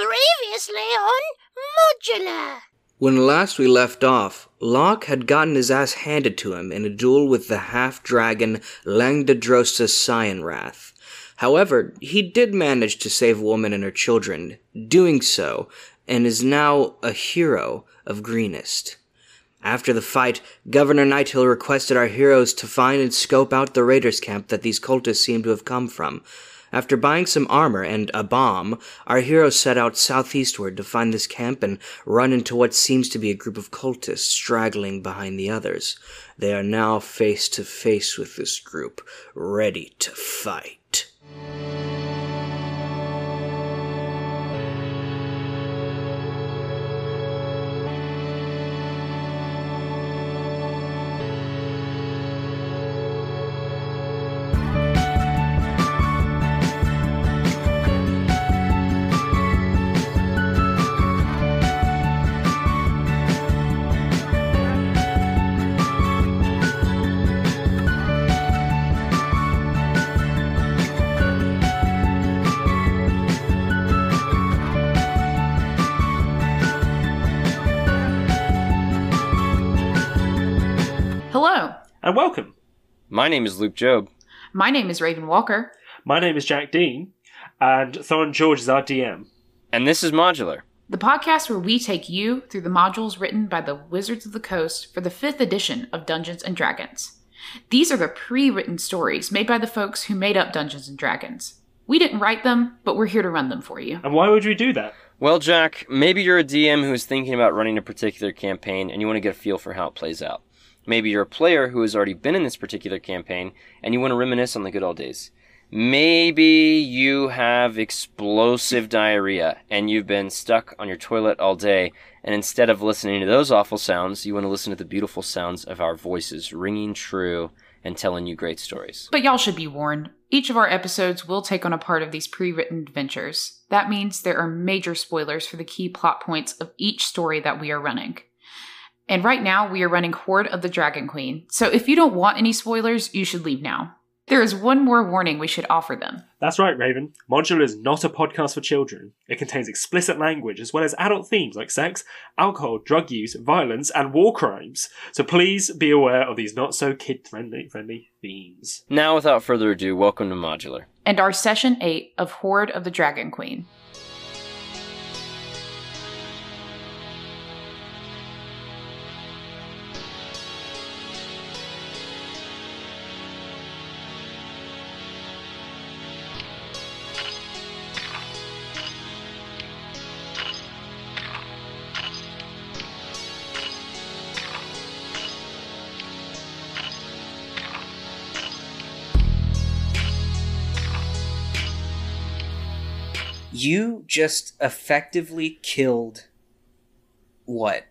Previously on Modular. When last we left off, Locke had gotten his ass handed to him in a duel with the half dragon Langdodrosus Cyanrath. However, he did manage to save a woman and her children, doing so, and is now a hero of Greenest. After the fight, Governor Nighthill requested our heroes to find and scope out the raiders' camp that these cultists seem to have come from. After buying some armor and a bomb, our heroes set out southeastward to find this camp and run into what seems to be a group of cultists straggling behind the others. They are now face to face with this group, ready to fight. Hello, And welcome. My name is Luke Job. my name is Raven Walker. My name is Jack Dean, and Thorin George is our DM. And this is Modular. The podcast where we take you through the modules written by the Wizards of the Coast for the fifth edition of Dungeons and Dragons. These are the pre written stories made by the folks who made up Dungeons and Dragons. We didn't write them, but we're here to run them for you. And why would we do that? Well, Jack, maybe you're a DM who is thinking about running a particular campaign and you want to get a feel for how it plays out. Maybe you're a player who has already been in this particular campaign and you want to reminisce on the good old days. Maybe you have explosive diarrhea and you've been stuck on your toilet all day, and instead of listening to those awful sounds, you want to listen to the beautiful sounds of our voices ringing true and telling you great stories. But y'all should be warned each of our episodes will take on a part of these pre written adventures. That means there are major spoilers for the key plot points of each story that we are running. And right now, we are running Horde of the Dragon Queen, so if you don't want any spoilers, you should leave now. There is one more warning we should offer them. That's right, Raven. Modular is not a podcast for children. It contains explicit language as well as adult themes like sex, alcohol, drug use, violence, and war crimes. So please be aware of these not so kid friendly friendly themes. Now, without further ado, welcome to Modular. And our session 8 of Horde of the Dragon Queen. You just effectively killed what?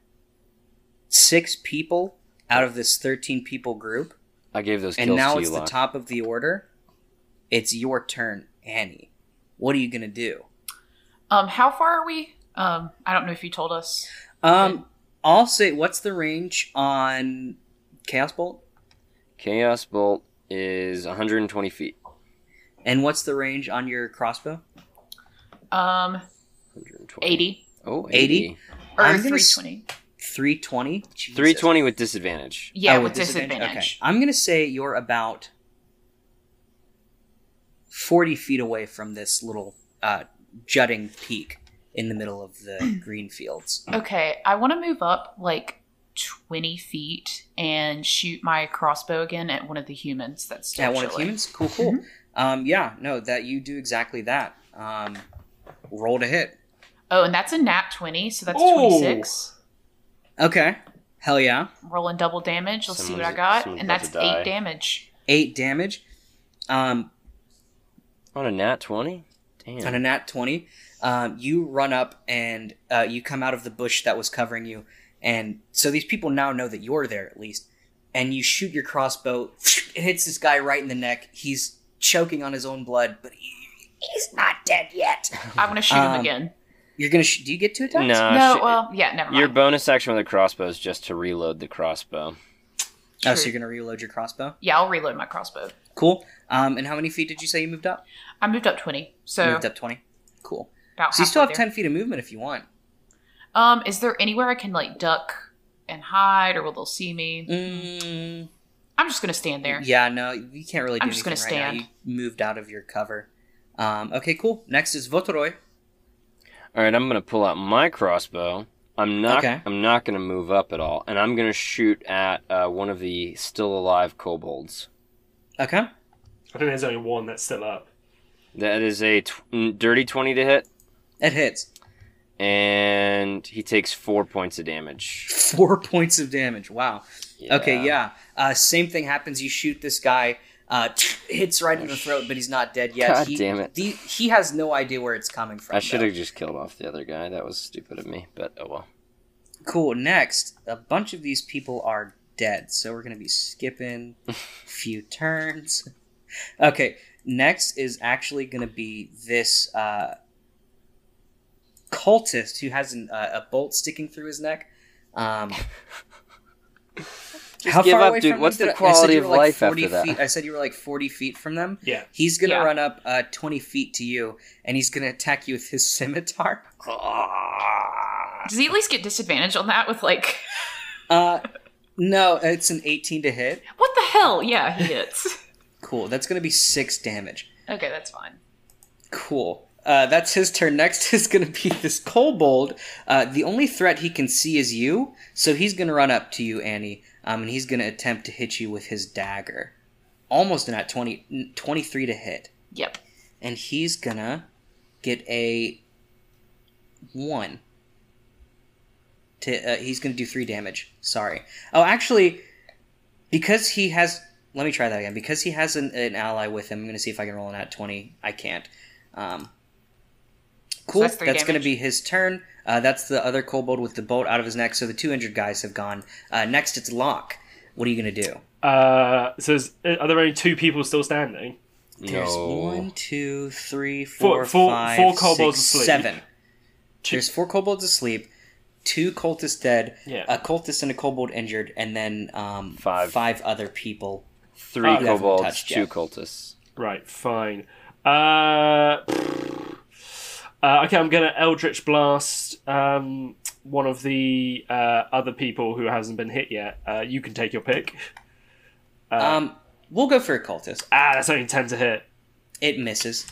Six people out of this 13 people group? I gave those kills and now to you, it's the Locke. top of the order. It's your turn, Annie. What are you gonna do? Um, how far are we? Um, I don't know if you told us. Um, I'll say, what's the range on Chaos Bolt, Chaos Bolt is 120 feet. and what's the range on your crossbow? Um, 120. 80 Oh, 80. 80? or I'm gonna s- 320. Three twenty. 320 with disadvantage. Yeah, Oh, with disadvantage. Okay, I'm gonna say you're about forty feet away from this little uh, jutting peak in the middle of the green fields. Okay, I want to move up like 20 feet and shoot my crossbow again at one of the humans that's still At one of the chilling. humans. Cool, cool. Mm-hmm. Um, yeah, no, that you do exactly that. Um, roll to hit. Oh, and that's a nat 20, so that's Oh! 26. Okay, hell yeah. Rolling double damage. Let's see what I Someone's- got. someone's And about that's 8 to die. damage. Eight damage. Um, On a nat 20? Damn. on a nat 20 um, you run up and uh, you come out of the bush that was covering you and so these people now know that you're there at least and you shoot your crossbow it hits this guy right in the neck he's choking on his own blood but he, he's not dead yet I'm going to shoot him Um, again. you're gonna sh- do you get two attacks Nah, no, uh, shit. well, yeah, never Your mind. bonus action with a crossbow is just to reload the crossbow. oh True. so you're gonna reload your crossbow Yeah, I'll reload my crossbow. cool um, and how many feet did you say you moved up I moved up 20, so moved up 20 cool about. So you still have halfway there. ten feet of movement if you want. Um, is there anywhere I can like duck and hide, or will they see me? Mm, I'm just gonna stand there. yeah, no, you can't really do I'm anything just gonna right now. stand. You moved out of your cover. Um, okay, cool. Next is Votoroy. All right, I'm gonna pull out my crossbow. I'm not. Okay. I'm not gonna move up at all, and I'm gonna shoot at uh, one of the still alive kobolds. Okay. I think there's only one that's still up. That is a tw- dirty twenty to hit, It hits. and he takes four points of damage. Four points of damage. Wow. Okay, yeah. Uh, same thing happens. You shoot this guy, uh, hits right in the throat, but he's not dead yet. God he, damn it. The, he has no idea where it's coming from. I should though. have just killed off the other guy. That was stupid of me, but oh well. Cool. Next, a bunch of these people are dead, so we're gonna be skipping a few turns. Okay. Next is actually gonna be this uh, cultist who has an, uh, a bolt sticking through his neck. Um, Just give up, dude. from What's them the did I- I said quality you of were like life 40 after that? Feet, I said you were like forty feet from them. Yeah. He's gonna Yeah. run up uh, twenty feet to you, and he's gonna attack you with his scimitar. Does he at least get disadvantage on that with like Uh, no, it's an eighteen to hit. what the hell? Yeah, he hits. Cool. That's gonna be six damage. okay, that's fine. Cool. Uh, that's his turn. Next is gonna be this kobold. Uh, the only threat he can see is you, so he's gonna run up to you, Annie, um, and he's gonna attempt to hit you with his dagger. Almost not 20, 23 to hit. Yep. and he's gonna get a one. To uh, he's gonna do three damage. Sorry. Oh, actually, because he has. Let me try that again. Because he has an, an ally with him, I'm gonna see if I can roll an at twenty. I can't. Um, cool. that's that's three gonna damage. be his turn. Uh, that's the other kobold with the bolt out of his neck. So the two injured guys have gone. Uh, next, it's Locke. What are you gonna do? Uh, so is- are there only two people still standing? There's No. one, two, three, four, Four- four- five, four kobolds six, asleep. seven. Two- There's four kobolds asleep, two cultists dead, Yeah. a cultist and a kobold injured, and then um, Five. other people. Three Oh, yeah. kobolds, Touched, two yeah. cultists. Right, fine. Uh, uh, okay, I'm gonna Eldritch Blast um, one of the uh, other people who hasn't been hit yet. Uh, you can take your pick. um, we'll go for a cultist. Ah, that's only ten to hit. It misses.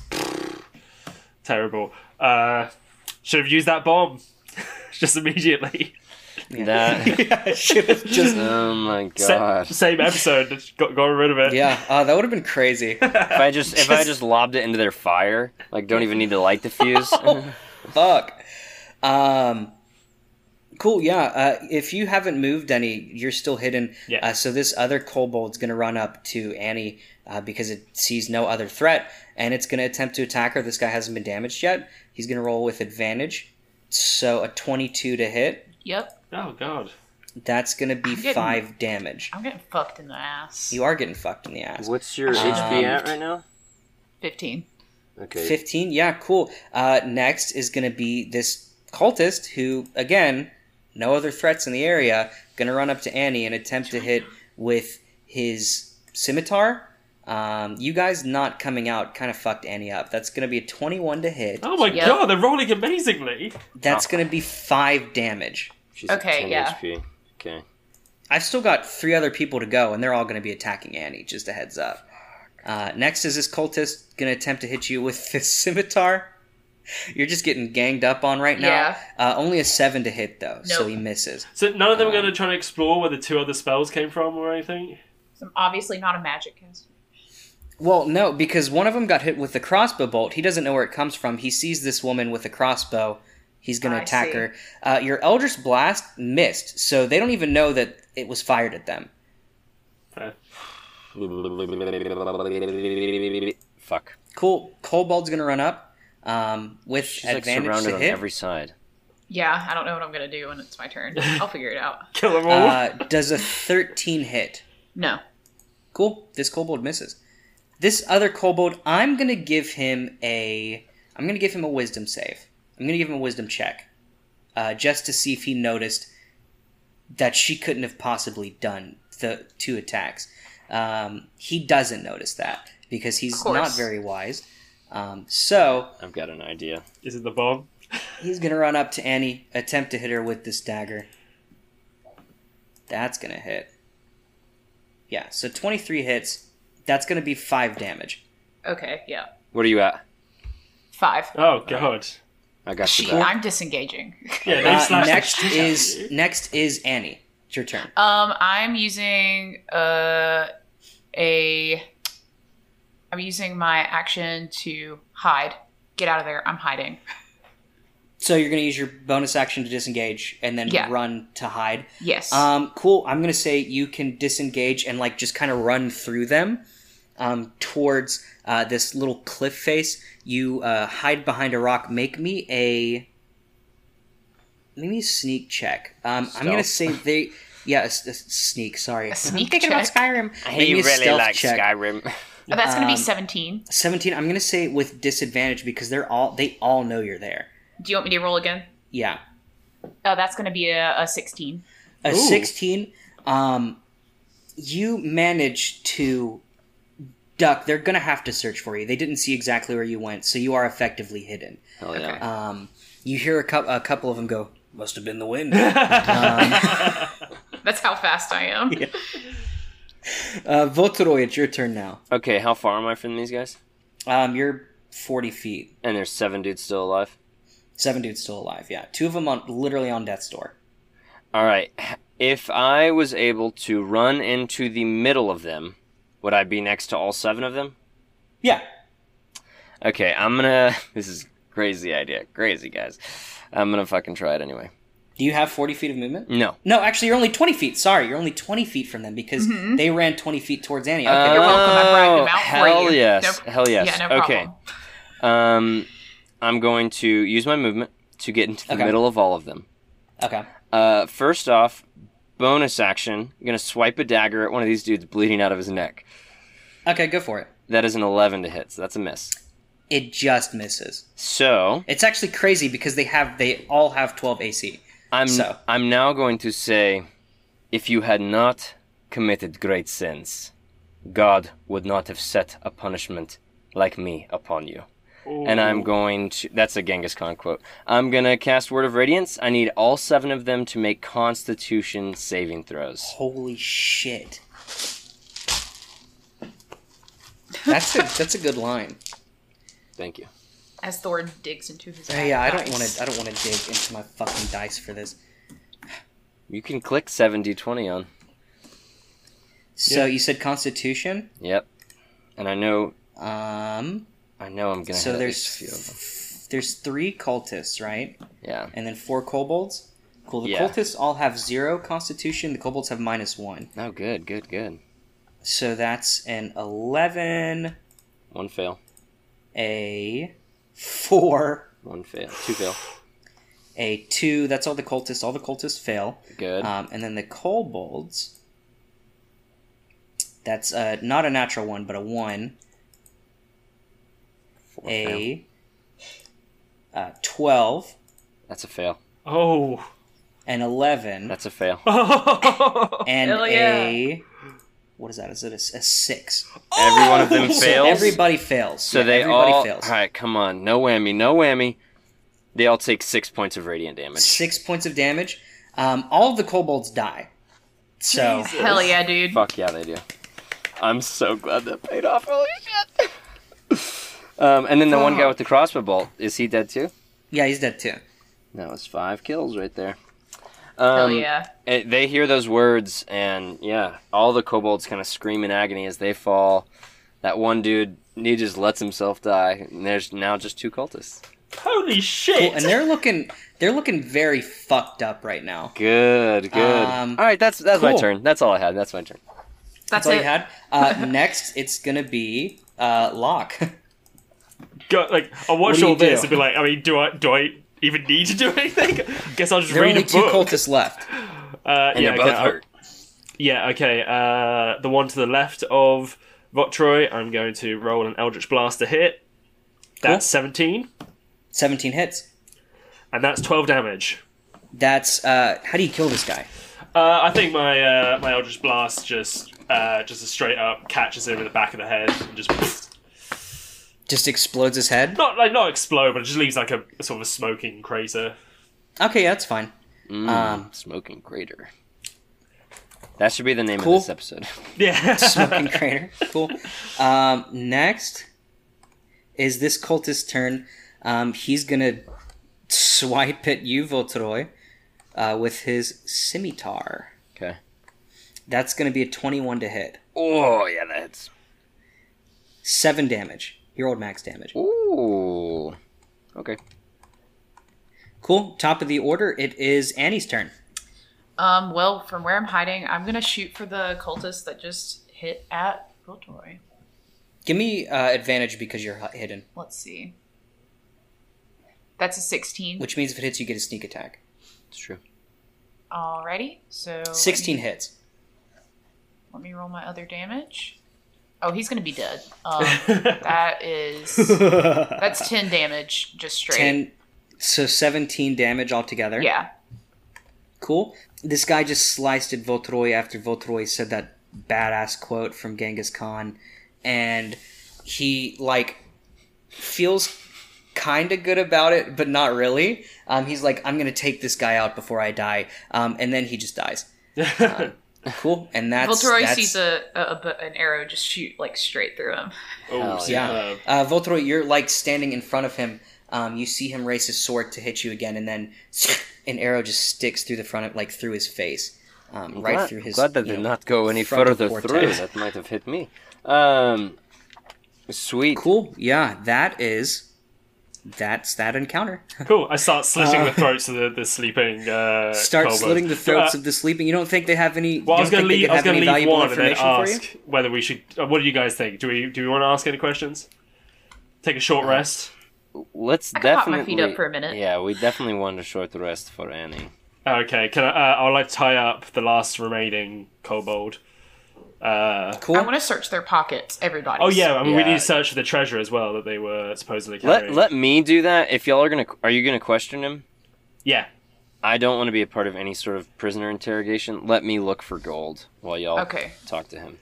Terrible. Uh, should have used that bomb just immediately. That. yeah, should have just. oh my Sa- god. same episode. just Got got rid of it. Yeah, uh, that would have been crazy. If I just if I just lobbed it into their fire, like don't even need to light the fuse. Fuck. Um, cool. Yeah. Uh, if you haven't moved any, you're still hidden. Yeah. Uh, so this other kobold's gonna run up to Annie uh, because it sees no other threat, and it's gonna attempt to attack her. This guy hasn't been damaged yet. He's gonna roll with advantage. So a twenty-two to hit. Yep. Oh god. That's gonna be I'm getting- five damage. I'm getting fucked in the ass. You are getting fucked in the ass. What's your HP at right now? Fifteen. Okay. 15 yeah cool uh, next is gonna be this cultist who again no other threats in the area gonna run up to annie and attempt to hit with his scimitar um, you guys not coming out kind of fucked annie up that's gonna be a 21 to hit Oh my Yep. god. They're rolling amazingly. that's gonna be 5 damage She's at Okay, 10 yeah. HP. Okay. i've still got three other people to go and they're all gonna be attacking annie just a heads up uh, next is this cultist gonna attempt to hit you with this scimitar you're just getting ganged up on right now Yeah. Uh, only a seven to hit though, so Nope. he misses. So none of them are going to try and explore where the two other spells came from or anything. So I'm obviously not a magic caster. Well, no, because one of them got hit with the crossbow bolt. He doesn't know where it comes from. He sees this woman with a crossbow. He's going I to attack see. her. Uh, your Eldritch Blast missed, so they don't even know that it was fired at them. Fuck. Cool. Kobold's going to run up um, with She's like advantage surrounded to on hit. every side. Yeah, I don't know what I'm gonna do when it's my turn. I'll figure it out. Kill them all. uh, does a 13 hit. No. Cool. This kobold misses. This other kobold, I'm going to give him a. I'm going to give him a wisdom save. I'm going to give him a wisdom check, uh, just to see if he noticed that she couldn't have possibly done the two attacks. Um, he doesn't notice that because he's course. not very wise. Um, so I've got an idea. Is it the bomb? he's gonna run up to Annie, attempt to hit her with this dagger. That's gonna hit. Yeah, so 23 hits. That's gonna be 5 damage. Okay, yeah. What are you at? Five. Oh god. I got Shit, you. back. I'm disengaging. Yeah, they Uh, slashed the next shit out of is you. next is Annie. It's your turn. Um, I'm using uh, a. I'm using my action to hide. Get out of there. I'm hiding. So you're gonna use your bonus action to disengage and then Yeah. run to hide. Yes. Um, cool. I'm gonna say you can disengage and like just kind of run through them um, towards uh, this little cliff face. You uh, hide behind a rock. Make me a make me a sneak check. Um, I'm gonna Stealth. say they. Yeah, a, s- a sneak. Sorry, A sneak I'm thinking check? about Skyrim. Make He me a really stealth likes check. Skyrim. Oh, that's gonna be um, 17. Seventeen. I'm gonna say with disadvantage because they're all they all know you're there. Do you want me to roll again? Yeah, Oh, that's gonna be a, a 16. a Ooh. 16 um you manage to duck they're gonna have to search for you they didn't see exactly where you went so you are effectively hidden Hell yeah. Okay. um you hear a, cou- a couple of them go must have been the wind That's how fast I am. uh Votoroy, it's your turn now Okay, how far am I from these guys? um you're 40 feet And there's seven dudes still alive. seven dudes still alive yeah two of them on literally on death's door All right. If I was able to run into the middle of them, would I be next to all seven of them? yeah Okay, I'm gonna. This is crazy idea. Crazy guys. I'm gonna fucking try it anyway. do you have 40 feet of movement No. no actually you're only 20 feet sorry you're only 20 feet from them because they ran 20 feet towards annie okay You're welcome. I bragged Oh, them out hell for you. yes. No- Hell yes. Yeah, no Okay. problem. Um, I'm going to use my movement to get into the Okay. middle of all of them. okay Uh, first off, bonus action. I'm gonna swipe a dagger at one of these dudes bleeding out of his neck. okay go for it That is an 11 to hit, so that's a miss. it just misses. So It's actually crazy because they have they all have 12 AC. I'm So. I'm now going to say, if you had not committed great sins, God would not have set a punishment like me upon you. And I'm going to. That's a Genghis Khan quote. I'm gonna cast Word of Radiance. I need all seven of them to make Constitution saving throws. Holy shit. That's a, that's a good line. Thank you. As Thor digs into his. Yeah, yeah, I don't want to I don't want to dig into my fucking dice for this. You can click seven d twenty on. So Yeah. you said constitution? Yep. And I know. Um I know I'm gonna. so hit at there's least a few of them. f- there's 3 cultists, right? Yeah. And then 4 kobolds. Cool. The Yeah. cultists all have 0 constitution, the kobolds have minus 1. No. Good. Good. Good. So that's an 11 One fail. a 4 One fail. Two fail. a two. That's all the cultists. All the cultists fail. Good. Um, and then the kobolds. That's uh, not a natural one, but a one. Four fail. A uh, twelve, That's a fail. Oh. an eleven, That's a fail. and Hell a what is that? Is it a, s- a six? Every one of them Oh! So fails. everybody fails. So Yeah, they everybody all. fails. All right. Come on. No whammy. No whammy. They all take six points of radiant damage. Six points of damage. Um, all of the kobolds die. So Hell yeah, dude. Fuck yeah, they do. I'm so glad that paid off. Holy shit. um, and then the one guy with the crossbow bolt is he dead too? yeah, he's dead too. That was five kills right there. Hell Um, yeah. it- they hear those words, and yeah, all the kobolds kind of scream in agony as they fall. That one dude, he just lets himself die, and there's now just two cultists. Holy shit. Cool. And they're looking they're looking very fucked up right now. Good, good. Um, all right, that's that's my cool. turn. That's all I had. That's my turn. That's, That's all it. you had. Uh, next, it's gonna be uh, Locke. Go, like I What watch do all you do? this and be like, I mean, do I do I even need to do anything? Guess I'll just there are read only a two book. cultists left. uh, And yeah, they're both okay, I'll- hurt. Yeah, okay. Uh, the one to the left of Votroy, I'm going to roll an Eldritch Blast to hit. That's 17, Seventeen hits. and that's 12 damage. That's uh, how do you kill this guy? Uh, I think my uh, my Eldritch Blast just uh, just a straight up catches him in the back of the head and just Just explodes his head? Not like not explode, but it just leaves like a sort of a smoking crater. Okay, yeah, that's fine. Mm, Um, smoking crater. That should be the name Cool. of this episode. Yeah. Smoking crater. Cool. Um, next is this cultist's turn. Um, he's going to swipe at you, Voltroy, uh, with his scimitar. Okay. That's going to be a 21 to hit. Oh yeah, that's. Seven damage. Your old max damage. Ooh. Okay. Cool. Top of the order, it is Annie's turn. Um, well, from where I'm hiding, I'm gonna shoot for the cultist that just hit at Voltoy. Give me uh, advantage because you're hi- hidden, Let's see. That's a 16. which means if it hits, you get a sneak attack. It's true. Alrighty, so. let me- 16 hits. Let me roll my other damage. Oh, he's gonna be dead. Um, that is. That's 10 damage, just straight. 10. So 17 damage altogether. Yeah. Cool. This guy just sliced at Voltroy after Voltroy said that badass quote from Genghis Khan, and he like feels kind of good about it, but not really. Um, he's like, I'm gonna take this guy out before I die, um, and then he just dies. Um, cool. And that's Voltoroy that's- sees a, a, a bu- an arrow just shoot like straight through him. Hell oh, Yeah. superb. Uh, Voltoro, you're like standing in front of him. Um, you see him raise his sword to hit you again, and then an arrow just sticks through the front of, like through his face, um, right glad, through his. Glad that you did know, not go any frontal further through. cortex. That might have hit me. Um, sweet. Cool. Yeah, that is. That's that encounter. Cool. I start slitting the throats of the, the sleeping. Uh, Uh, Start kobolds. slitting the throats Uh, of the sleeping. You don't think they have any? Well, I you was don't going think they to leave. could I was have any going to leave valuable one and then information for you? ask whether we should. uh, What do you guys think? Do we do we want to ask any questions? Take a Uh, short rest. Let's I caught definitely. my feet up for a minute. Yeah, we definitely want a short rest for Annie. Okay. Can I? Uh, I'll like tie up the last remaining kobold. Uh, Cool. I want to search their pockets, everybody. oh yeah. I mean, we Yeah. need to search for the treasure as well that they were supposedly Let carrying. let me do that. If y'all are gonna, are you gonna question him? yeah. I don't want to be a part of any sort of prisoner interrogation. Let me look for gold while y'all Okay. talk to him.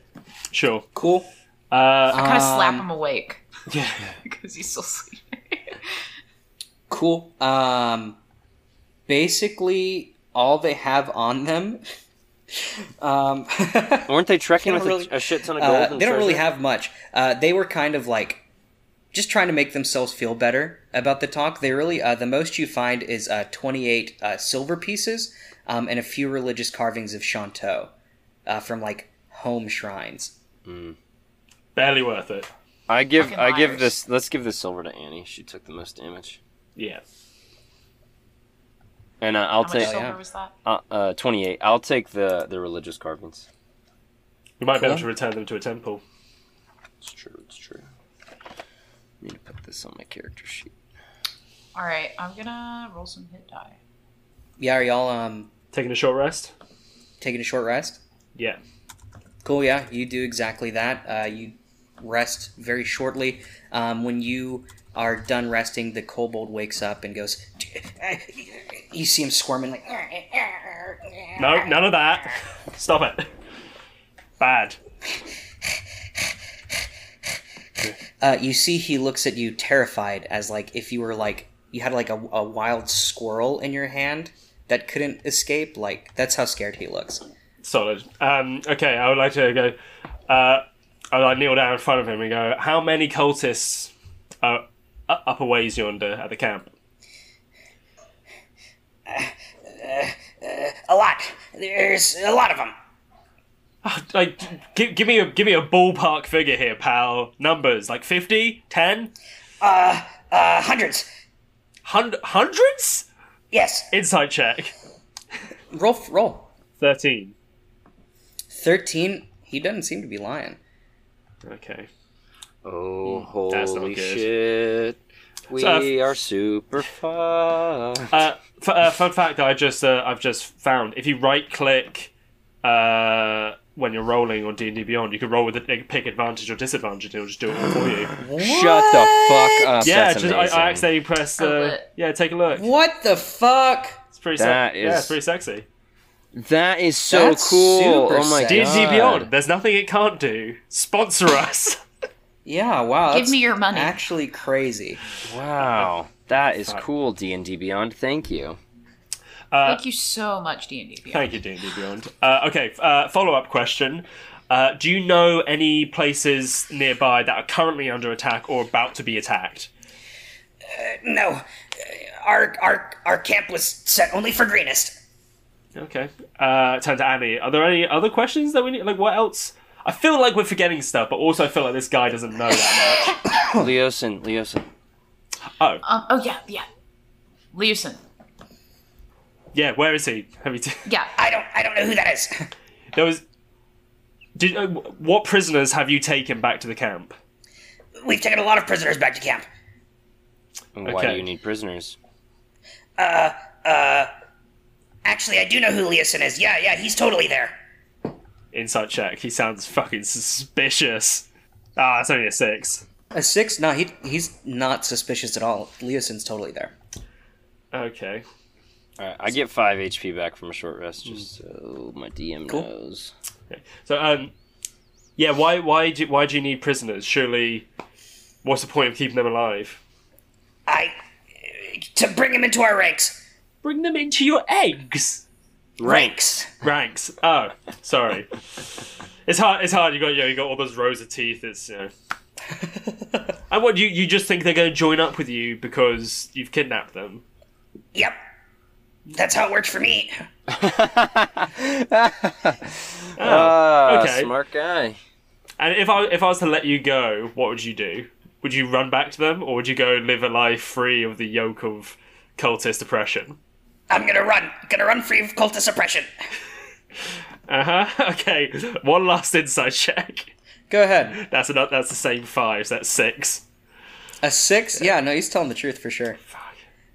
Sure. cool. Uh, I kind of slap Um, him awake yeah. because he's still sleeping. Cool. Um, basically, all they have on them. Um, Weren't they trekking They with don't a- really- a, shit ton of gold? Uh, and they don't really treasure? have much. Uh, they were kind of like just trying to make themselves feel better about the talk. They really uh, the most you find is uh, twenty eight uh, silver pieces um, and a few religious carvings of Shanto uh, from like home shrines. Barely worth it. I give Fucking I give liars. this. Let's give this silver to Annie. She took the most damage, Yeah. and uh, How I'll much take silver yeah. was that? uh, uh, twenty eight. I'll take the the religious carvings. We might be able Cool. to return them to a temple. It's true. It's true. need to put this on my character sheet. All right, I'm gonna roll some hit die. Yeah, are y'all um, Taking a short rest. taking a short rest? Yeah. Cool. Yeah, you do exactly that. Uh, you rest very shortly. Um, when you are done resting, the kobold wakes up and goes. You see him squirming like. No, none of that. Stop it. Bad. Uh, you see, he looks at you terrified, as like if you were like you had like a, a wild squirrel in your hand that couldn't escape. Like that's how scared he looks. Solid. Um, okay, I would like to go. Uh, I like kneel down in front of him and go. How many cultists are u- up a ways yonder at the camp? Uh, A lot. There's a lot of them. Like, give, Ah, give me a give me a ballpark figure here, pal. Numbers like 50, 10, Uh, hundreds. hun- hundreds. Yes. Inside check. Roll. Roll. Thirteen. Thirteen. He doesn't seem to be lying. Okay. Oh Mm, that's not holy good. shit! We So, uh, are super fucked. Uh, f- uh, fun fact that I just uh, I've just found: if you right click uh, when you're rolling on D and D Beyond, you can roll with it, pick advantage or disadvantage, and it'll just do it for you. Shut the fuck up! yeah, that's just, I, I amazing. accidentally pressed. Oh, Uh, lit. yeah, take a look. What the fuck? It's pretty. Se- That Yeah, is- it's pretty sexy. That is so That's cool. super oh my sad. D and D god. Beyond. There's nothing it can't do. Sponsor us. Yeah, wow. Give that's me your money. Actually, crazy. Wow, that is Fuck. cool, D and D Beyond. Thank you. Uh, Thank you so much, D and D. Thank you, D&D Beyond. Uh, okay, f- uh, follow-up question. Uh, do you know any places nearby that are currently under attack or about to be attacked? No, uh, our our our camp was set only for greenest. Okay. Uh, turn to Annie. Are there any other questions that we need? Like, what else? I feel like we're forgetting stuff, but also I feel like this guy doesn't know that Leosin, Leosin. much. Oh, Um, oh yeah, yeah. Leucin. yeah. Where is he? Have you t- Yeah. I don't I don't know who that is. there was. Did, uh, wh- what prisoners have you taken back to the camp? We've taken a lot of prisoners back to camp. And Oh, Why do Okay. you need prisoners? Actually, I do know who Leosin is. Yeah, yeah, he's totally there. Insight check. He sounds fucking suspicious. Ah, it's only a six. A six? No, he he's not suspicious at all. Leosin's totally there. Okay. All right, I get five HP back from a short rest, just Hmm. so my DM Cool. knows. So, um, yeah, why, why, do, why do you need prisoners? Surely, what's the point of keeping them alive? I to bring him into our ranks. Bring them into your eggs. Ranks. Ranks. Oh, sorry. it's hard. It's hard. You got, you, know, you got all those rows of teeth. It's, you know. and what you, you just think they're going to join up with you because you've kidnapped them? Yep, that's how it worked for me. Ah, okay. smart guy. And if I, if I was to let you go, what would you do? Would you run back to them, or would you go live a life free of the yoke of cultist oppression? I'm gonna run, gonna run free of cultist oppression. Uh huh. Okay. One last inside check. Go ahead. That's another, That's the same five. So that's six. A six? Yeah, no, he's telling the truth for sure.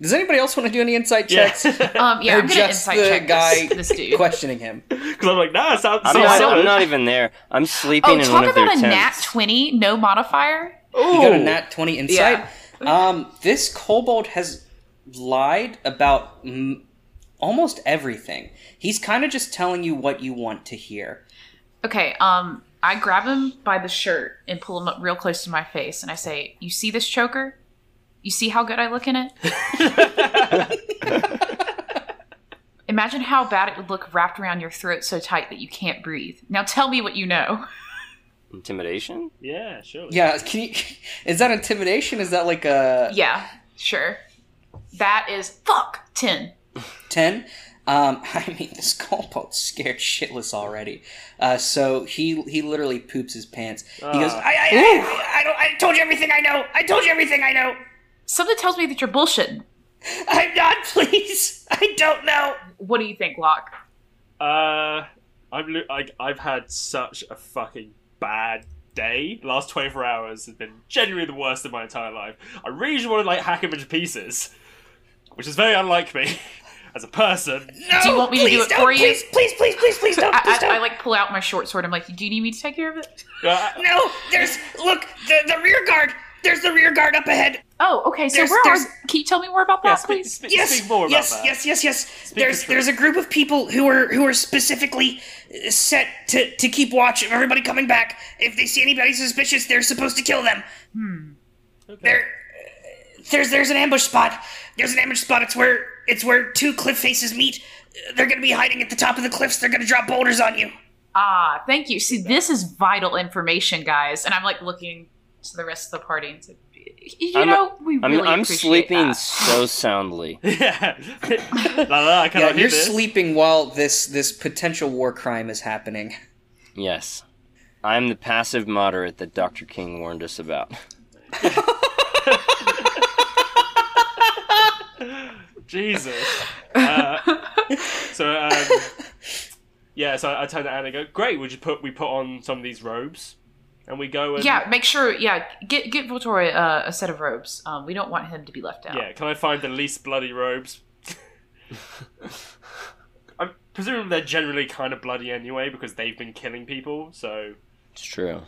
Does anybody else want to do any insight Yeah. checks? Because Um, yeah. Or I'm gonna just insight the check guy this, this dude. Questioning him. I'm like, nah, it sounds. I'm, sounds not, solid. I'm not even there. I'm sleeping Oh, in one talk of their about a nat tents. twenty, no modifier. You got a nat 20 insight. Yeah. Um, this kobold has lied about m- almost everything. He's kind of just telling you what you want to hear. Okay, um, I grab him by the shirt and pull him up real close to my face, and I say, "You see this choker? You see how good I look in it? Imagine how bad it would look wrapped around your throat so tight that you can't breathe. Now tell me what you know. Intimidation? Yeah, sure. Yeah, can you, is that intimidation? Is that like a yeah, sure. That is fuck ten. 10? Um, I mean, this kobold's scared shitless already. Uh, so he he literally poops his pants. He goes, I I, I, I don't. I told you everything I know. I told you everything I know. Something tells me that you're bullshitting. I'm not, please. I don't know. What do you think, Locke? Uh, I'm lo- I, I've had such a fucking bad day. Last 24 hours has been genuinely the worst of my entire life. I really just want to like hack him into pieces, which is very unlike me as a person. No, Do you want me to do please it don't, for you? Please, please, please, please, please don't. I, please I, don't. I like pull out my short sword. I'm like, do you need me to take care of it? Uh, No, there's look the the rear guard. There's the rear guard up ahead. Oh, okay. So There's- where are? there's- Can you tell me more about that, yeah, speak, please? speak, Yes, speak more yes, about that. yes, yes, yes. the There's truth. there's a group of people who are who are specifically uh, set to to keep watch of everybody coming back. If they see anybody suspicious, they're supposed to kill them. Hmm. There, uh, there's there's an ambush spot. There's an ambush spot. It's where it's where two cliff faces meet. Uh, They're gonna be hiding at the top of the cliffs. They're gonna drop boulders on you. Ah, thank you. See, this is vital information, guys. And I'm like looking to the rest of the party and said, you I'm- know, we I really mean, I'm appreciate sleeping that." so soundly. Yeah. la, la, la, I cannot yeah, hear you're this. sleeping while this this potential war crime is happening. Yes. I'm the passive moderate that Dr. King warned us about. Jesus. Uh, so um, yeah, so I turned to Anna and go, "Great, would you put we put on some of these robes, and we go and Yeah, make sure. Yeah, get get Voltore uh, a set of robes. Um, we don't want him to be left out. yeah, can I find the least bloody robes? I'm presuming they're generally kind of bloody anyway because they've been killing people. So, It's true.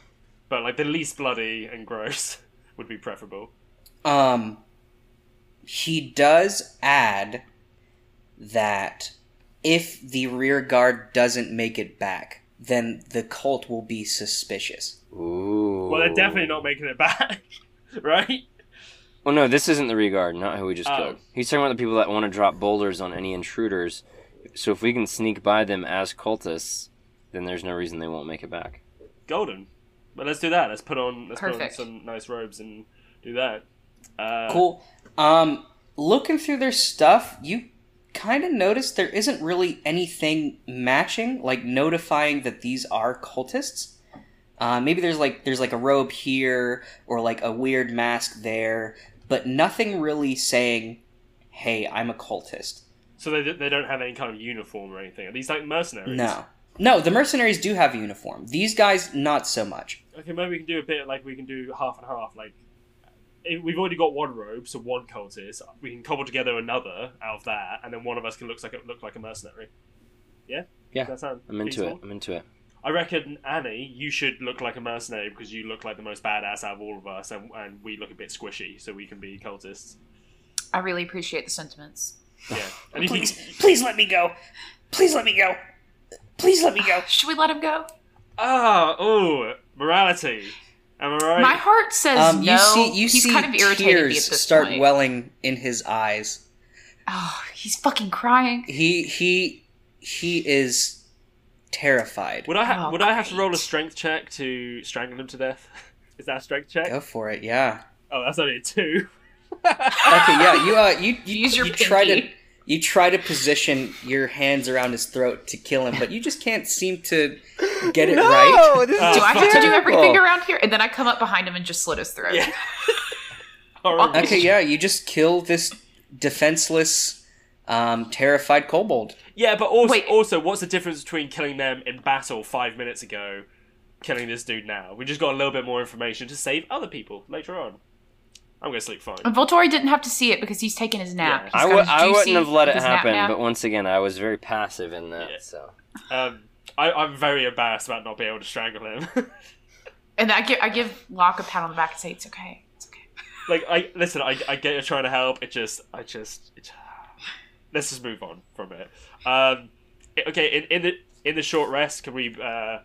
but like the least bloody and gross would be preferable. Um, he does add that if the rear guard doesn't make it back, then the cult will be suspicious. Ooh. Well, they're definitely not making it back, right? Well, Oh, no, this isn't the regard, not who we just Oh. killed. He's talking about the people that want to drop boulders on any intruders. So if we can sneak by them as cultists, then there's no reason they won't make it back. Golden. But let's do that. Let's put on let's put on Perfect. some nice robes and do that. Uh, Cool. Um, looking through their stuff, you kind of notice there isn't really anything matching, like notifying that these are cultists. Uh, maybe there's like there's like a robe here or like a weird mask there, but nothing really saying, "Hey, I'm a cultist." So they, they don't have any kind of uniform or anything. Are these like mercenaries? No, no, the mercenaries do have a uniform. These guys, not so much. Okay, maybe we can do a bit like we can do half and half. Like eh, we've already got one robe, so one cultist. We can cobble together another out of that, and then one of us can look like a, look like a mercenary. Yeah. Yeah, Does that sound I'm into it. feasible? I'm into it. I reckon Annie, you should look like a mercenary because you look like the most badass out of all of us, and, and we look a bit squishy, so we can be cultists. I really appreciate the sentiments. Yeah. And you can, Please, please let me go. Please let me go. Please let me go. Should we let him go? ah, oh, morality. Am I right? My heart says Um, no. you see, you he's see kind of irritated me tears at this start point. welling in his eyes. Oh, he's fucking crying. He he he is terrified. Would I ha- Oh, would I have to roll a great. strength check to strangle him to death? Is that a strength check? Go for it, yeah. Oh, that's only a two. Okay, yeah. You uh, you you, Ah! Use your you try to pinky. you try to position your hands around his throat to kill him, but you just can't seem to get it right. Ah, this Uh, Do I have to do terrible. everything around here? And then I come up behind him and just slit his throat. Yeah. Horrible. Oh, Okay, yeah. You just kill this defenseless, um, terrified kobold. Yeah, but also, Wait. also, what's the difference between killing them in battle five minutes ago, killing this dude now? We just got a little bit more information to save other people later on. I'm gonna sleep fine. And Voltori didn't have to see it because he's taking his nap. Yeah. He's I, got w- his I wouldn't juicy- have let it his nap happen, nap. but once again, I was very passive in that. Yeah. So Um, I, I'm very embarrassed about not being able to strangle him. and I give I give Locke a pat on the back and say it's okay. It's okay. like, I listen. I, I get you're trying to help. It just, I just, it, let's just move on from it. Um, i- okay. In, in the in the short rest, can we uh,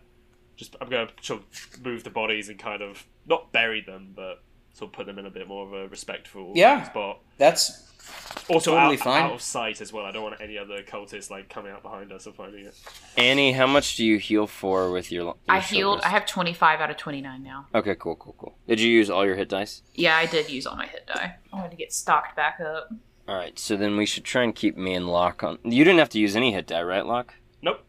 just? I'm gonna sort of move the bodies and kind of not bury them, but sort of put them in a bit more of a respectful Yeah. spot. That's Also, Totally out, fine. out of sight as well. I don't want any other cultists like coming out behind us and finding it. Annie, how much do you heal for with your? your I healed. shoulders? I have twenty five out of twenty nine now. Okay, cool, cool, cool. Did you use all your hit dice? Yeah, I did use all my hit die. I'm going to get stocked back up. All right, so then we should try and keep me and Locke on. You didn't have to use any hit die, right, Locke? Nope.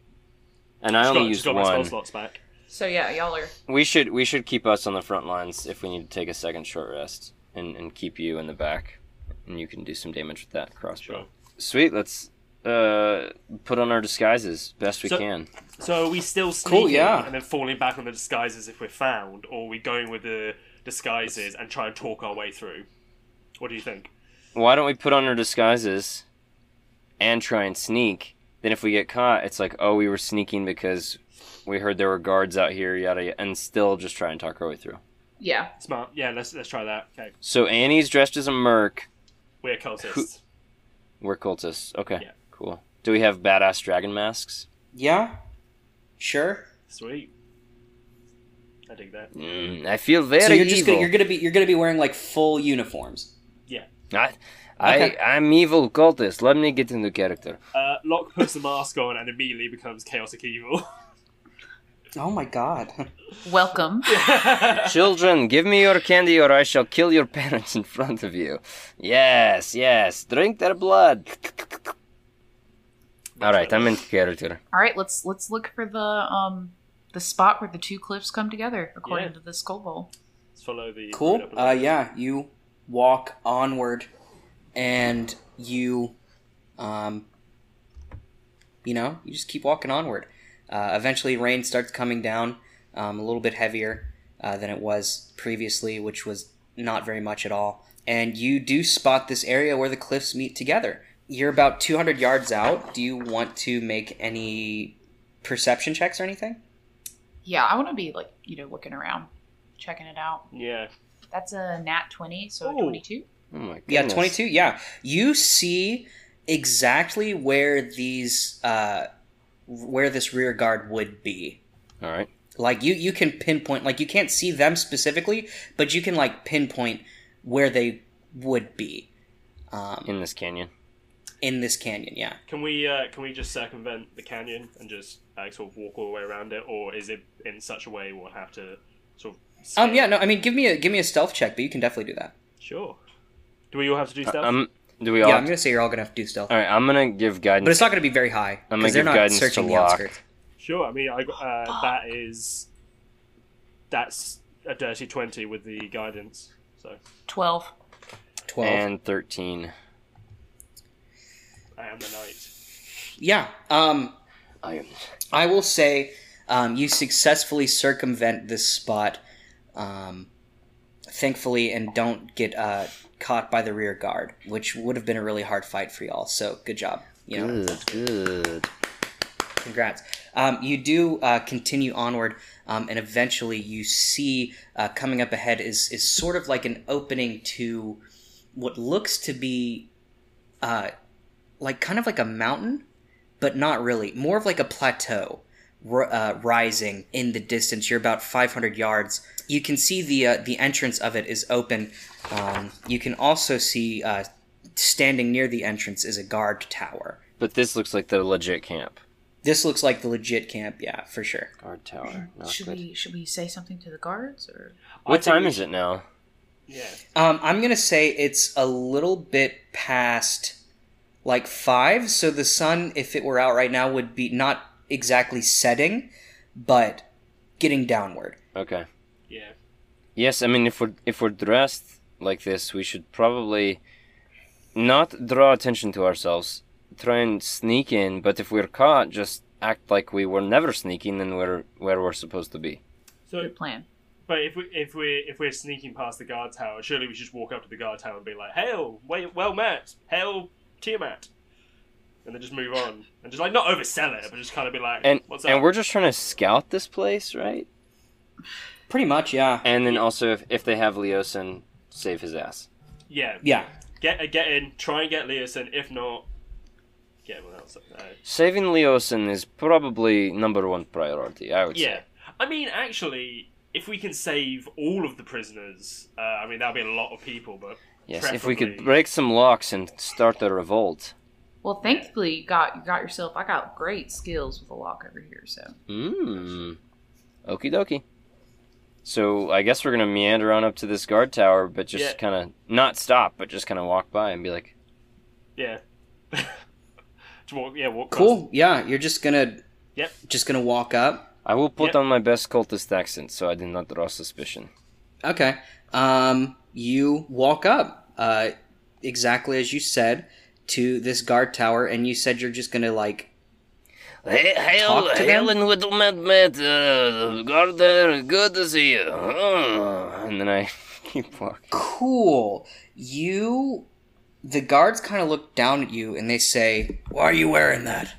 And I just only got, used just got my spell one. slots back. So yeah, y'all are. We should we should keep us on the front lines if we need to take a second short rest and, and keep you in the back, and you can do some damage with that crossbow. Sure. Sweet, let's uh, put on our disguises best we So- can. So are we still sneaking Cool, yeah. and then falling back on the disguises if we're found, or are we going with the disguises and try and talk our way through? What do you think? Why don't we put on our disguises and try and sneak? Then if we get caught, it's like oh we were sneaking because we heard there were guards out here, yada yada, and still just try and talk our way through. Yeah. Smart. Yeah, let's let's try that. Okay, So Annie's dressed as a merc. we're cultists. Who- We're cultists. Okay, Yeah. cool. Do we have badass dragon masks? yeah. Sure. Sweet. I dig that. Mm, I feel very so you're just evil. gonna, you're gonna be you're gonna be wearing like full uniforms. I, Okay. I, I'm evil cultist. Let me get into character. Uh, Locke puts the mask on and immediately becomes chaotic evil. Oh my god. Welcome. Children, give me your candy or I shall kill your parents in front of you. Yes, yes. Drink their blood. All right, I'm into character. All right, let's let's look for the um the spot where the two cliffs come together according Yeah. to the skull bowl. Let's follow the cool. right up and Uh, down. yeah, you walk onward, and you, um, you know, you just keep walking onward. Uh, eventually, rain starts coming down, um, a little bit heavier uh, than it was previously, which was not very much at all. And you do spot this area where the cliffs meet together. You're about 200 yards out. Do you want to make any perception checks or anything? Yeah, I want to be like you know looking around, checking it out. Yeah. That's a nat twenty, so Ooh. a twenty two. Oh my goodness. Yeah, 22. Yeah. You see exactly where these uh where this rear guard would be. All right. Like you you can pinpoint like you can't see them specifically, but you can like pinpoint where they would be um, In this canyon. in this canyon. Yeah. Can we uh, can we just circumvent the canyon and just like sort of walk all the way around it, or is it in such a way we'll have to sort of? Um. scale? Yeah. No. I mean, give me a give me a stealth check, but you can definitely do that. Sure. Do we all have to do stuff? Um, do we all? Yeah. I'm gonna say you're all gonna have to do stealth, All right. I'm gonna give but guidance. it's not gonna be very high I'm because gonna they're give not guidance to searching the Locke. outskirts. sure. I mean, I, uh, that is that's a dirty twenty with the guidance. So 12. Twelve. And thirteen. I am the knight. yeah. Um. I am. I will say um, you successfully circumvent this spot, um, thankfully, and don't get uh, caught by the rear guard, which would have been a really hard fight for y'all. So good job. You know, Good. Good. congrats. Um, you do uh, continue onward, um, and eventually you see uh, coming up ahead is is sort of like an opening to what looks to be uh, like kind of like a mountain, but not really. More of like a plateau r- uh, rising in the distance. You're about 500 yards. You can see the uh, the entrance of it is open. Um, you can also see uh, standing near the entrance is a guard tower. But this looks like the legit camp. This looks like the legit camp, yeah, for sure. Guard tower. Not Should good. we should we say something to the guards or What I think time we is it now? Yeah. Um, I'm gonna say it's a little bit past like five, so the sun, if it were out right now, would be not exactly setting, but getting downward. Okay. Yeah. Yes, I mean if we're if we're dressed like this, we should probably not draw attention to ourselves. Try and sneak in, but if we're caught, just act like we were never sneaking and we're where we're supposed to be. So, good plan? but if we if we if we're sneaking past the guard tower, surely we should just walk up to the guard tower and be like, "Hail, wait, well met, hail Tiamat," and then just move on and just like not oversell it, but just kind of be like, And "What's and up?" we're just trying to scout this place, right? Pretty much, yeah. And then also if, if they have Leosin, save his ass. yeah, Yeah. Get get in, try and get Leosin. If not, get everyone else. Uh, Saving Leosin is probably number one priority, I would yeah, say. I mean, actually, if we can save all of the prisoners, uh, I mean that'll be a lot of people. But Yes, if we could Preferably. break some locks and start a revolt. Well, thankfully, you got you got yourself. I got great skills with a lock over here, so Mmm. Okie dokie. So I guess we're gonna meander on up to this guard tower, but just Yeah. kind of not stop, but just kind of walk by and be like, yeah, to walk, yeah, walk. Cool. Yeah, you're just gonna Yep. just gonna walk up. "I will put Yeah. on my best cultist accent, so I did not draw suspicion." Okay. Um you walk up, uh exactly as you said, to this guard tower and you said you're just gonna like Hey, hail, Talk to hail them? and little mad mad uh, guard there. Good to see you. Oh, And then I keep walking. cool. You, the guards kind of look down at you and they say, Why are you wearing that?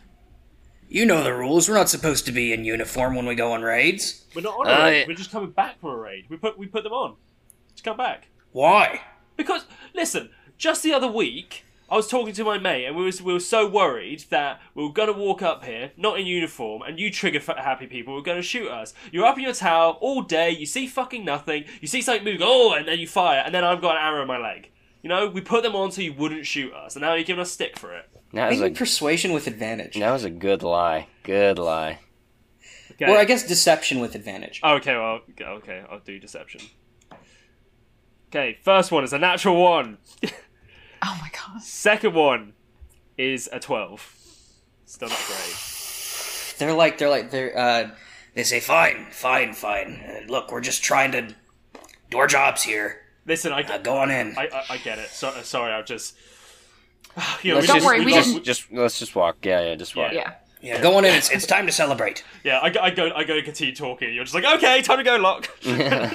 You know the rules. We're not supposed to be in uniform when we go on raids. We're not on a Uh, raid. yeah. We're just coming back from a raid. We put we put them on to come back Why? because listen. Just the other week, I was talking to my mate, and we was we were so worried that we were gonna walk up here not in uniform, and you trigger fa- happy people were gonna shoot us. You're up in your tower all day. You see fucking nothing. You see something moving. Oh, and then you fire, and then I've got an arrow in my leg. You know, we put them on so you wouldn't shoot us, and now you're giving us stick for it. Make That was me a persuasion with advantage. that was a good lie. Good lie. Okay. Or I guess deception with advantage. Oh, okay, well, okay, okay, I'll do deception. Okay, first one is a natural one. oh my gosh, Second one is a 12. Still not great. They're like, they're like, they're, uh, they say, Fine, fine, fine. Uh, look, we're just trying to do our jobs here. Listen, I, Uh, get- go on in. I, I, I get it. So, uh, sorry, I've just. You know, Let's Don't just- worry, we just, didn't- just let's just walk. Yeah, yeah, just walk. yeah. yeah, go on in. It's, it's time to celebrate. Yeah, I, go- I go, I go to continue talking. You're just like, okay, time to go, lock.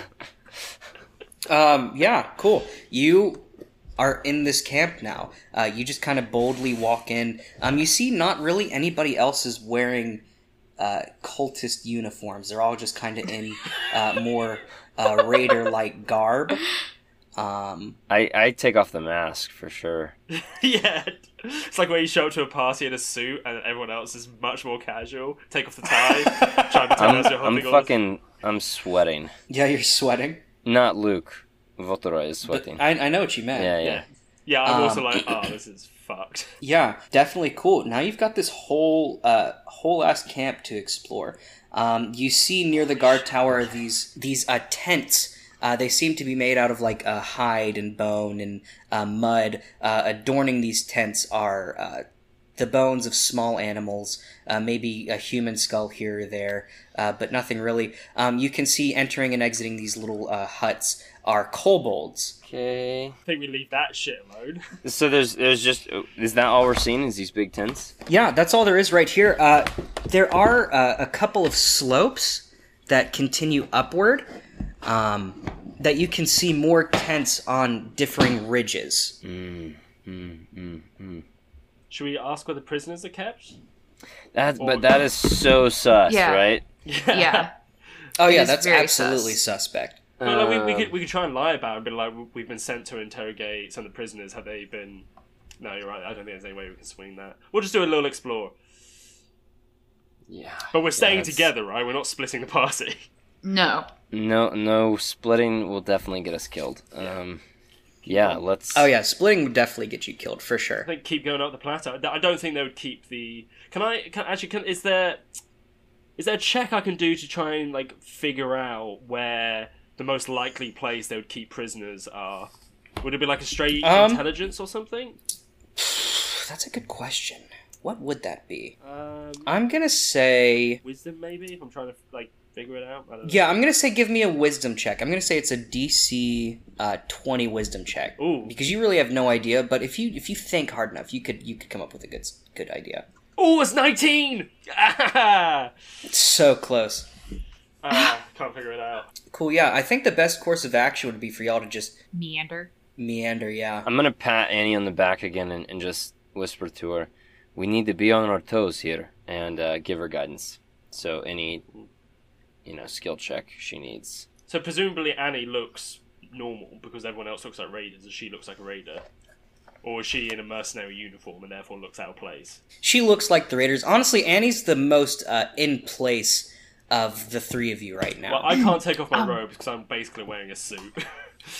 Um, yeah, cool. You are in this camp now. Uh, you just kind of boldly walk in. Um, you see, not really anybody else is wearing uh, cultist uniforms. They're all just kind of in uh, more uh, raider like garb. Um, I I take off the mask for sure. yeah. It's like where you show up to a party in a suit and everyone else is much more casual. Take off the tie, try to tell I'm, us you're I'm holding all this- fucking. I'm sweating. Yeah, you're sweating. Not Luke. Votora is But sweating. I, I know what you meant. yeah, yeah, Yeah. Yeah, I'm also Um, like, oh, this is fucked. Yeah, definitely cool. Now you've got this whole uh, whole ass camp to explore. Um, you see near the guard tower these these uh, tents. Uh, they seem to be made out of like uh, hide and bone and uh, mud. Uh, adorning these tents are uh, the bones of small animals, uh, maybe a human skull here or there, uh, but nothing really. Um, you can see entering and exiting these little uh, huts are kobolds. Okay. I think we leave that shit alone. So there's there's just is that all we're seeing is these big tents? Yeah, that's all there is right here. Uh, there are uh, a couple of slopes that continue upward um, that you can see more tents on differing ridges. Should we ask where the prisoners are kept? That's Well, but that is so sus, Yeah. right? Yeah. Oh, yeah, is that's very absolutely suspect. But like, we, we Um, could we could try and lie about it, but like we've been sent to interrogate some of the prisoners. Have they been? No, you're right. I don't think there's any way we can swing that. We'll just do a little explore. Yeah. But we're staying yeah, that's- together, right? We're not splitting the party. No. No, no splitting will definitely get us killed. Um, yeah, let's. Oh, yeah, splitting would definitely get you killed for I sure. think keep going up the plateau. I don't think they would keep the. Can I? Can actually? Can is there? Is there a check I can do to try and like figure out where the most likely place they would keep prisoners are? Would it be like a straight Um, intelligence or something? That's a good question. What would that be? Um, I'm gonna say. wisdom maybe. If I'm trying to like figure it out. I don't know. Yeah, I'm gonna say give me a wisdom check. I'm gonna say it's a DC uh, 20 wisdom check Ooh. because you really have no idea. But if you if you think hard enough, you could you could come up with a good s- good idea. Oh, it's 19! Ah, So close. Ah, can't figure it out. Cool. Yeah, I think the best course of action would be for y'all to just Meander. meander. Yeah. I'm gonna pat Annie on the back again and, and just whisper to her, "We need to be on our toes here," and uh, give her guidance. So any, you know, skill check she needs. So presumably Annie looks normal because everyone else looks like raiders and she looks like a raider. Or is she in a mercenary uniform and therefore looks out of place? She looks like the Raiders. Honestly, Annie's the most uh, in place of the three of you right now. Well, I can't take off my robes because I'm basically wearing a suit.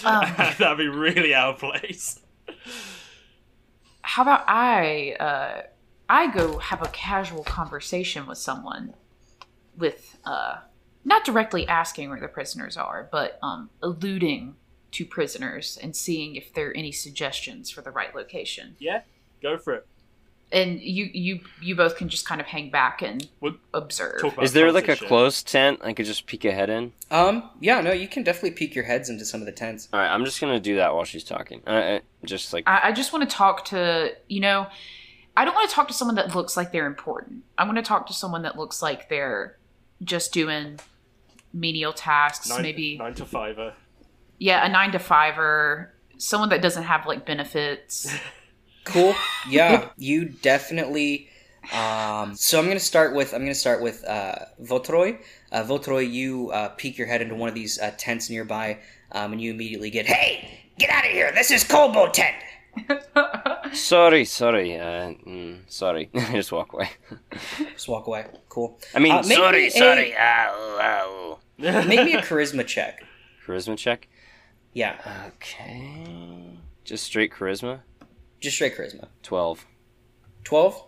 Um. That'd be really out of place. How about I uh I go have a casual conversation with someone with uh not directly asking where the prisoners are, but um alluding to prisoners and seeing if there are any suggestions for the right location. Yeah, go for it. And you you you both can just kind of hang back and We'll observe. talk about Is there tons like of a shit. closed tent I could just peek a head in? um. Yeah. No. You can definitely peek your heads into some of the tents. All right, I'm just gonna do that while she's talking. Uh, uh, just like I, I just want to talk to you know i don't want to talk to someone that looks like they're important i want to talk to someone that looks like they're just doing menial tasks Nine, maybe Nine to fiver. yeah a nine to fiver someone that doesn't have like benefits Cool. Yeah. you definitely. Um, so I'm gonna start with I'm gonna start with uh, Votroy. Uh, Votroy, you uh, peek your head into one of these uh, tents nearby, um, and you immediately get hey. Hey, get out of here. This is Kobo Tent. sorry, sorry, uh, mm, sorry. I just walk away. Just walk away. Cool. I mean, Uh, make sorry, me a- sorry. Ow, ow. Make me a charisma check. Charisma check. Yeah, Okay. Just straight charisma. just straight charisma. Twelve. Twelve.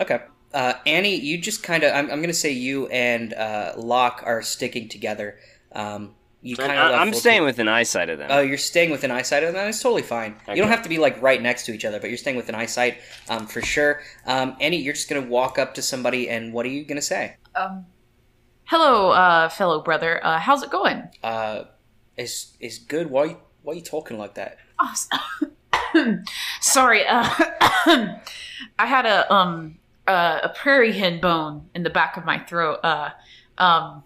Okay. Uh, Annie, you just kind of I'm, I'm gonna say you and uh, Locke are sticking together. Um, you And kind of. I, am uh, staying within eyesight of them. Oh, you're staying within eyesight of them. That's totally fine. You Okay. don't have to be like right next to each other, but you're staying within eyesight um, for sure. Um, Annie, you're just gonna walk up to somebody, and what are you gonna say? um hello uh fellow brother uh how's it going Uh, is is good? Why why are you talking like that? Oh, s- sorry. Uh, I had a um uh, a prairie hen bone in the back of my throat. Uh, um,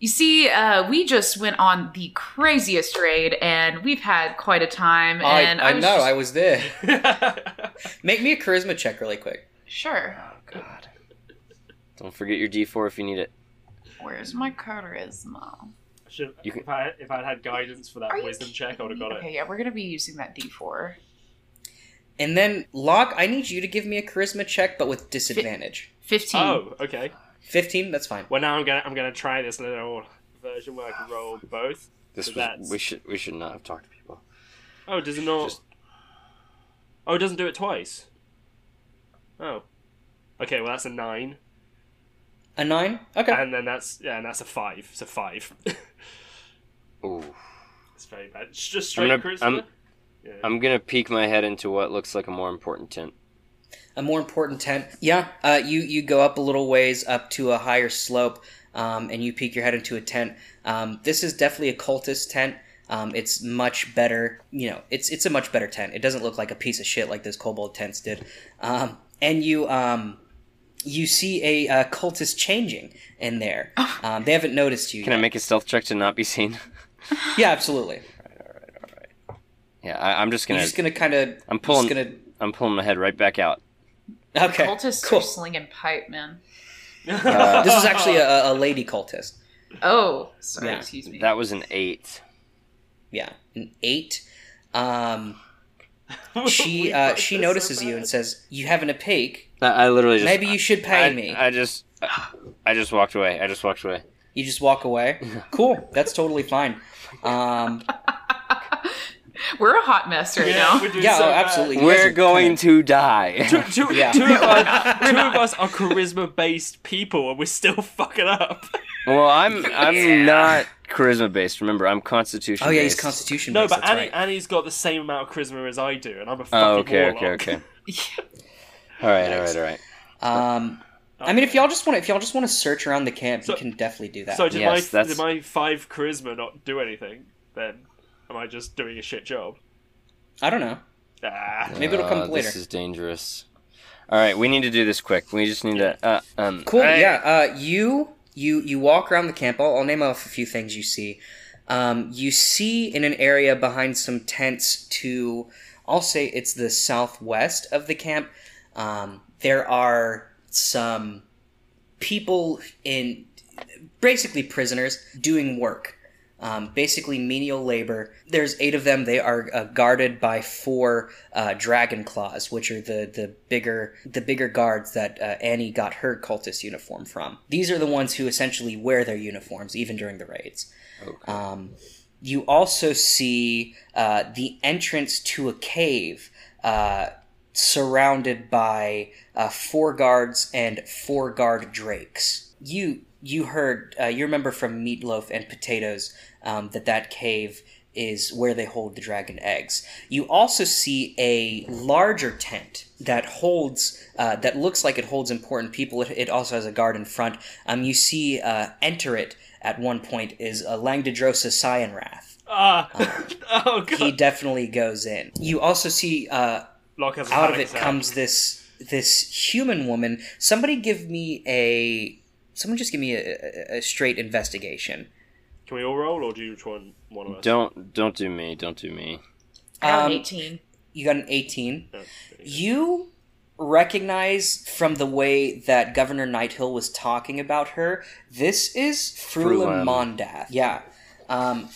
you see, uh, we just went on the craziest raid, and we've had quite a time. and I, I was know just- I was there. That's Make me a charisma check really quick. sure. Oh, God. Don't forget your D4 if you need it. Where's my charisma? Should, You can- if, I, if I'd had guidance for that Are you wisdom check, I would have kidding me? got it. Okay, yeah, we're gonna be using that D four. And then Locke, I need you to give me a charisma check, but with disadvantage. 15. Oh, okay. Fifteen, that's fine. Well, now I'm gonna I'm gonna try this little version where I can roll both. This So was, that's- we should we should not have talked to people. Oh, does it not? Just- Oh, it doesn't do it twice. Oh. Okay, well that's a nine, A nine? Okay. and then that's yeah, and that's a five. So five. Ooh. That's very bad. It's just I'm straight gonna- charisma. I'm- yeah. I'm gonna peek my head into what looks like a more important tent. a more important tent. Yeah, uh, you you go up a little ways up to a higher slope, um, and you peek your head into a tent. Um, this is definitely a cultist tent. Um, it's much better. You know, it's it's a much better tent. It doesn't look like a piece of shit like those kobold tents did. Um, and you um, you see a uh, cultist changing in there. Um, they haven't noticed you. Oh. Can I make a stealth check to not be seen? make? Yeah, absolutely. yeah, I, I'm just You're gonna, just gonna kind of. I'm pulling- Just I'm pulling my head right back out. gonna. Okay. Cultists cool. are slinging pipe, man. This is actually a, a lady cultist. Oh, sorry, Yeah. excuse me. That was an eight. Yeah, an eight. Um, We she uh, broke she this so notices you bad. and says, "You have an opaque. I, I literally just Maybe you should pay I, me." I just I, I just walked away. I just walked away. you just walk away. cool, that's totally fine. Um, We're a hot mess right Yeah, now. we're doing yeah, so oh, bad. absolutely. you guys We're are going kinda- to die. Two, Yeah. two, of us, two of us are charisma based people and we're still fucking up. well, I'm I'm not charisma based. Remember, I'm constitution. Oh yeah, he's based. Constitution. No, based, but that's Annie, right. Annie's got the same amount of charisma as I do, and I'm a fucking Oh, okay, warlock. okay, okay. All right, all right, all right. Um, I mean, if y'all just want to, if y'all just want to search around the camp, So- you can definitely do that. So did Yes, my that's- did my five charisma not do anything? Then am I just doing a shit job? I don't know. Ah. Maybe it'll come Uh, up This later. is dangerous. All right, we need to do this quick. We just need to. Uh, um, Cool. I- Yeah. Uh, you you you walk around the camp. I'll, I'll name off a few things you see. Um, you see in an area behind some tents to, I'll say it's the southwest of the camp. Um, there are some people in basically prisoners doing work, um, basically menial labor. There's eight of them. They are uh, guarded by four uh, dragon claws, which are the the bigger the bigger guards that uh, Annie got her cultist uniform from. These are the ones who essentially wear their uniforms even during the raids. Um, you also see uh, the entrance to a cave. Uh, surrounded by uh, four guards and four guard drakes. You you heard uh, you remember from Meatloaf and Potatoes um, that that cave is where they hold the dragon eggs. You also see a larger tent that holds uh, that looks like it holds important people. It, it also has a guard in front. Um, you see uh, enter it at one point is a Langdodrosa Cyanrath. Ah. oh god. He definitely goes in. You also see. Uh, Locke has a out of panic it attack. comes this this human woman. Somebody give me a someone just give me a, a, a straight investigation. Can we all roll, or do you each one one of us? Don't don't do me. Don't do me. I got an Um, 18. You got an eighteen. No. You recognize from the way that Governor Nighthill was talking about her. This is Frula Frulan. Mondath. Yeah. Um,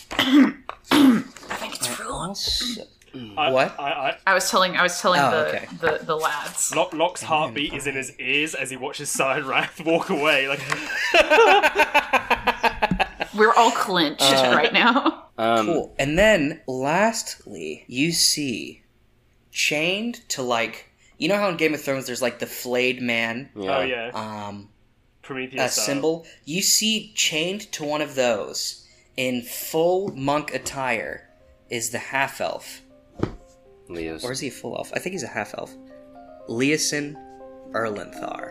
also- I, what? I, I, I was telling I was telling Oh, the, okay. the the lads. Lock, Locke's heartbeat is in his ears as he watches Cyan Wrath walk away. Like, We're all clinched Uh, right now. Um, Cool. And then lastly, you see chained to like you know how in Game of Thrones there's like the flayed man Yeah. oh yeah, um Prometheus. a style. symbol. You see chained to one of those in full monk attire is the half elf. Leo's. Or is he a full elf? I think he's a half elf. Leosin Erlenthar.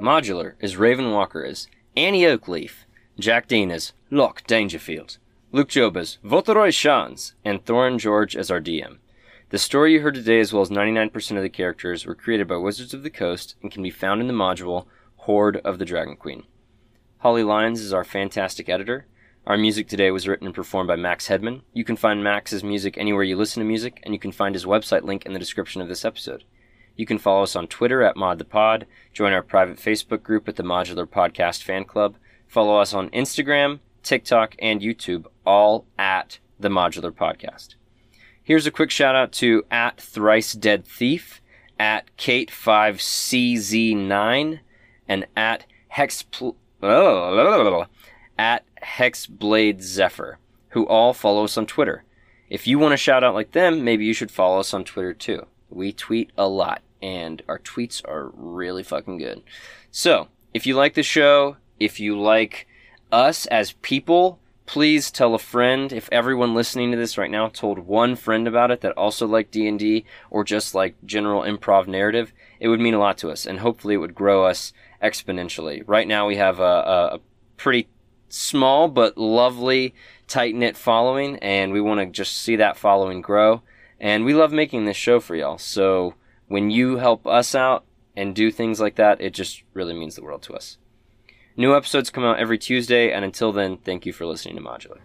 Modular is Raven Walker is Annie Oakleaf, Jack Dean is Locke Dangerfield, Luke Job is Voltoroy Shans, and Thorin George as our DM. The story you heard today, as well as 99% of the characters, were created by Wizards of the Coast and can be found in the module Horde of the Dragon Queen. Holly Lyons is our fantastic editor. Our music today was written and performed by Max Hedman. You can find Max's music anywhere you listen to music, and you can find his website link in the description of this episode. You can follow us on Twitter at ModThePod, join our private Facebook group at the Modular Podcast Fan Club, follow us on Instagram, TikTok, and YouTube, all at the Modular Podcast. Here's a quick shout out to at Thrice Dead Thief, at Kate5CZ9, and at Hexpl- oh, at Hexblade Zephyr, who all follow us on Twitter. If you want to shout out like them, maybe you should follow us on Twitter too. We tweet a lot, and our tweets are really fucking good. So, if you like the show, if you like us as people, please tell a friend. If everyone listening to this right now told one friend about it that also liked D&D or just like general improv narrative, it would mean a lot to us, and hopefully it would grow us exponentially. Right now, we have a, a, a pretty small but lovely tight knit following, and we want to just see that following grow. And we love making this show for y'all. So when you help us out and do things like that, it just really means the world to us. New episodes come out every Tuesday, and until then, thank you for listening to Modular.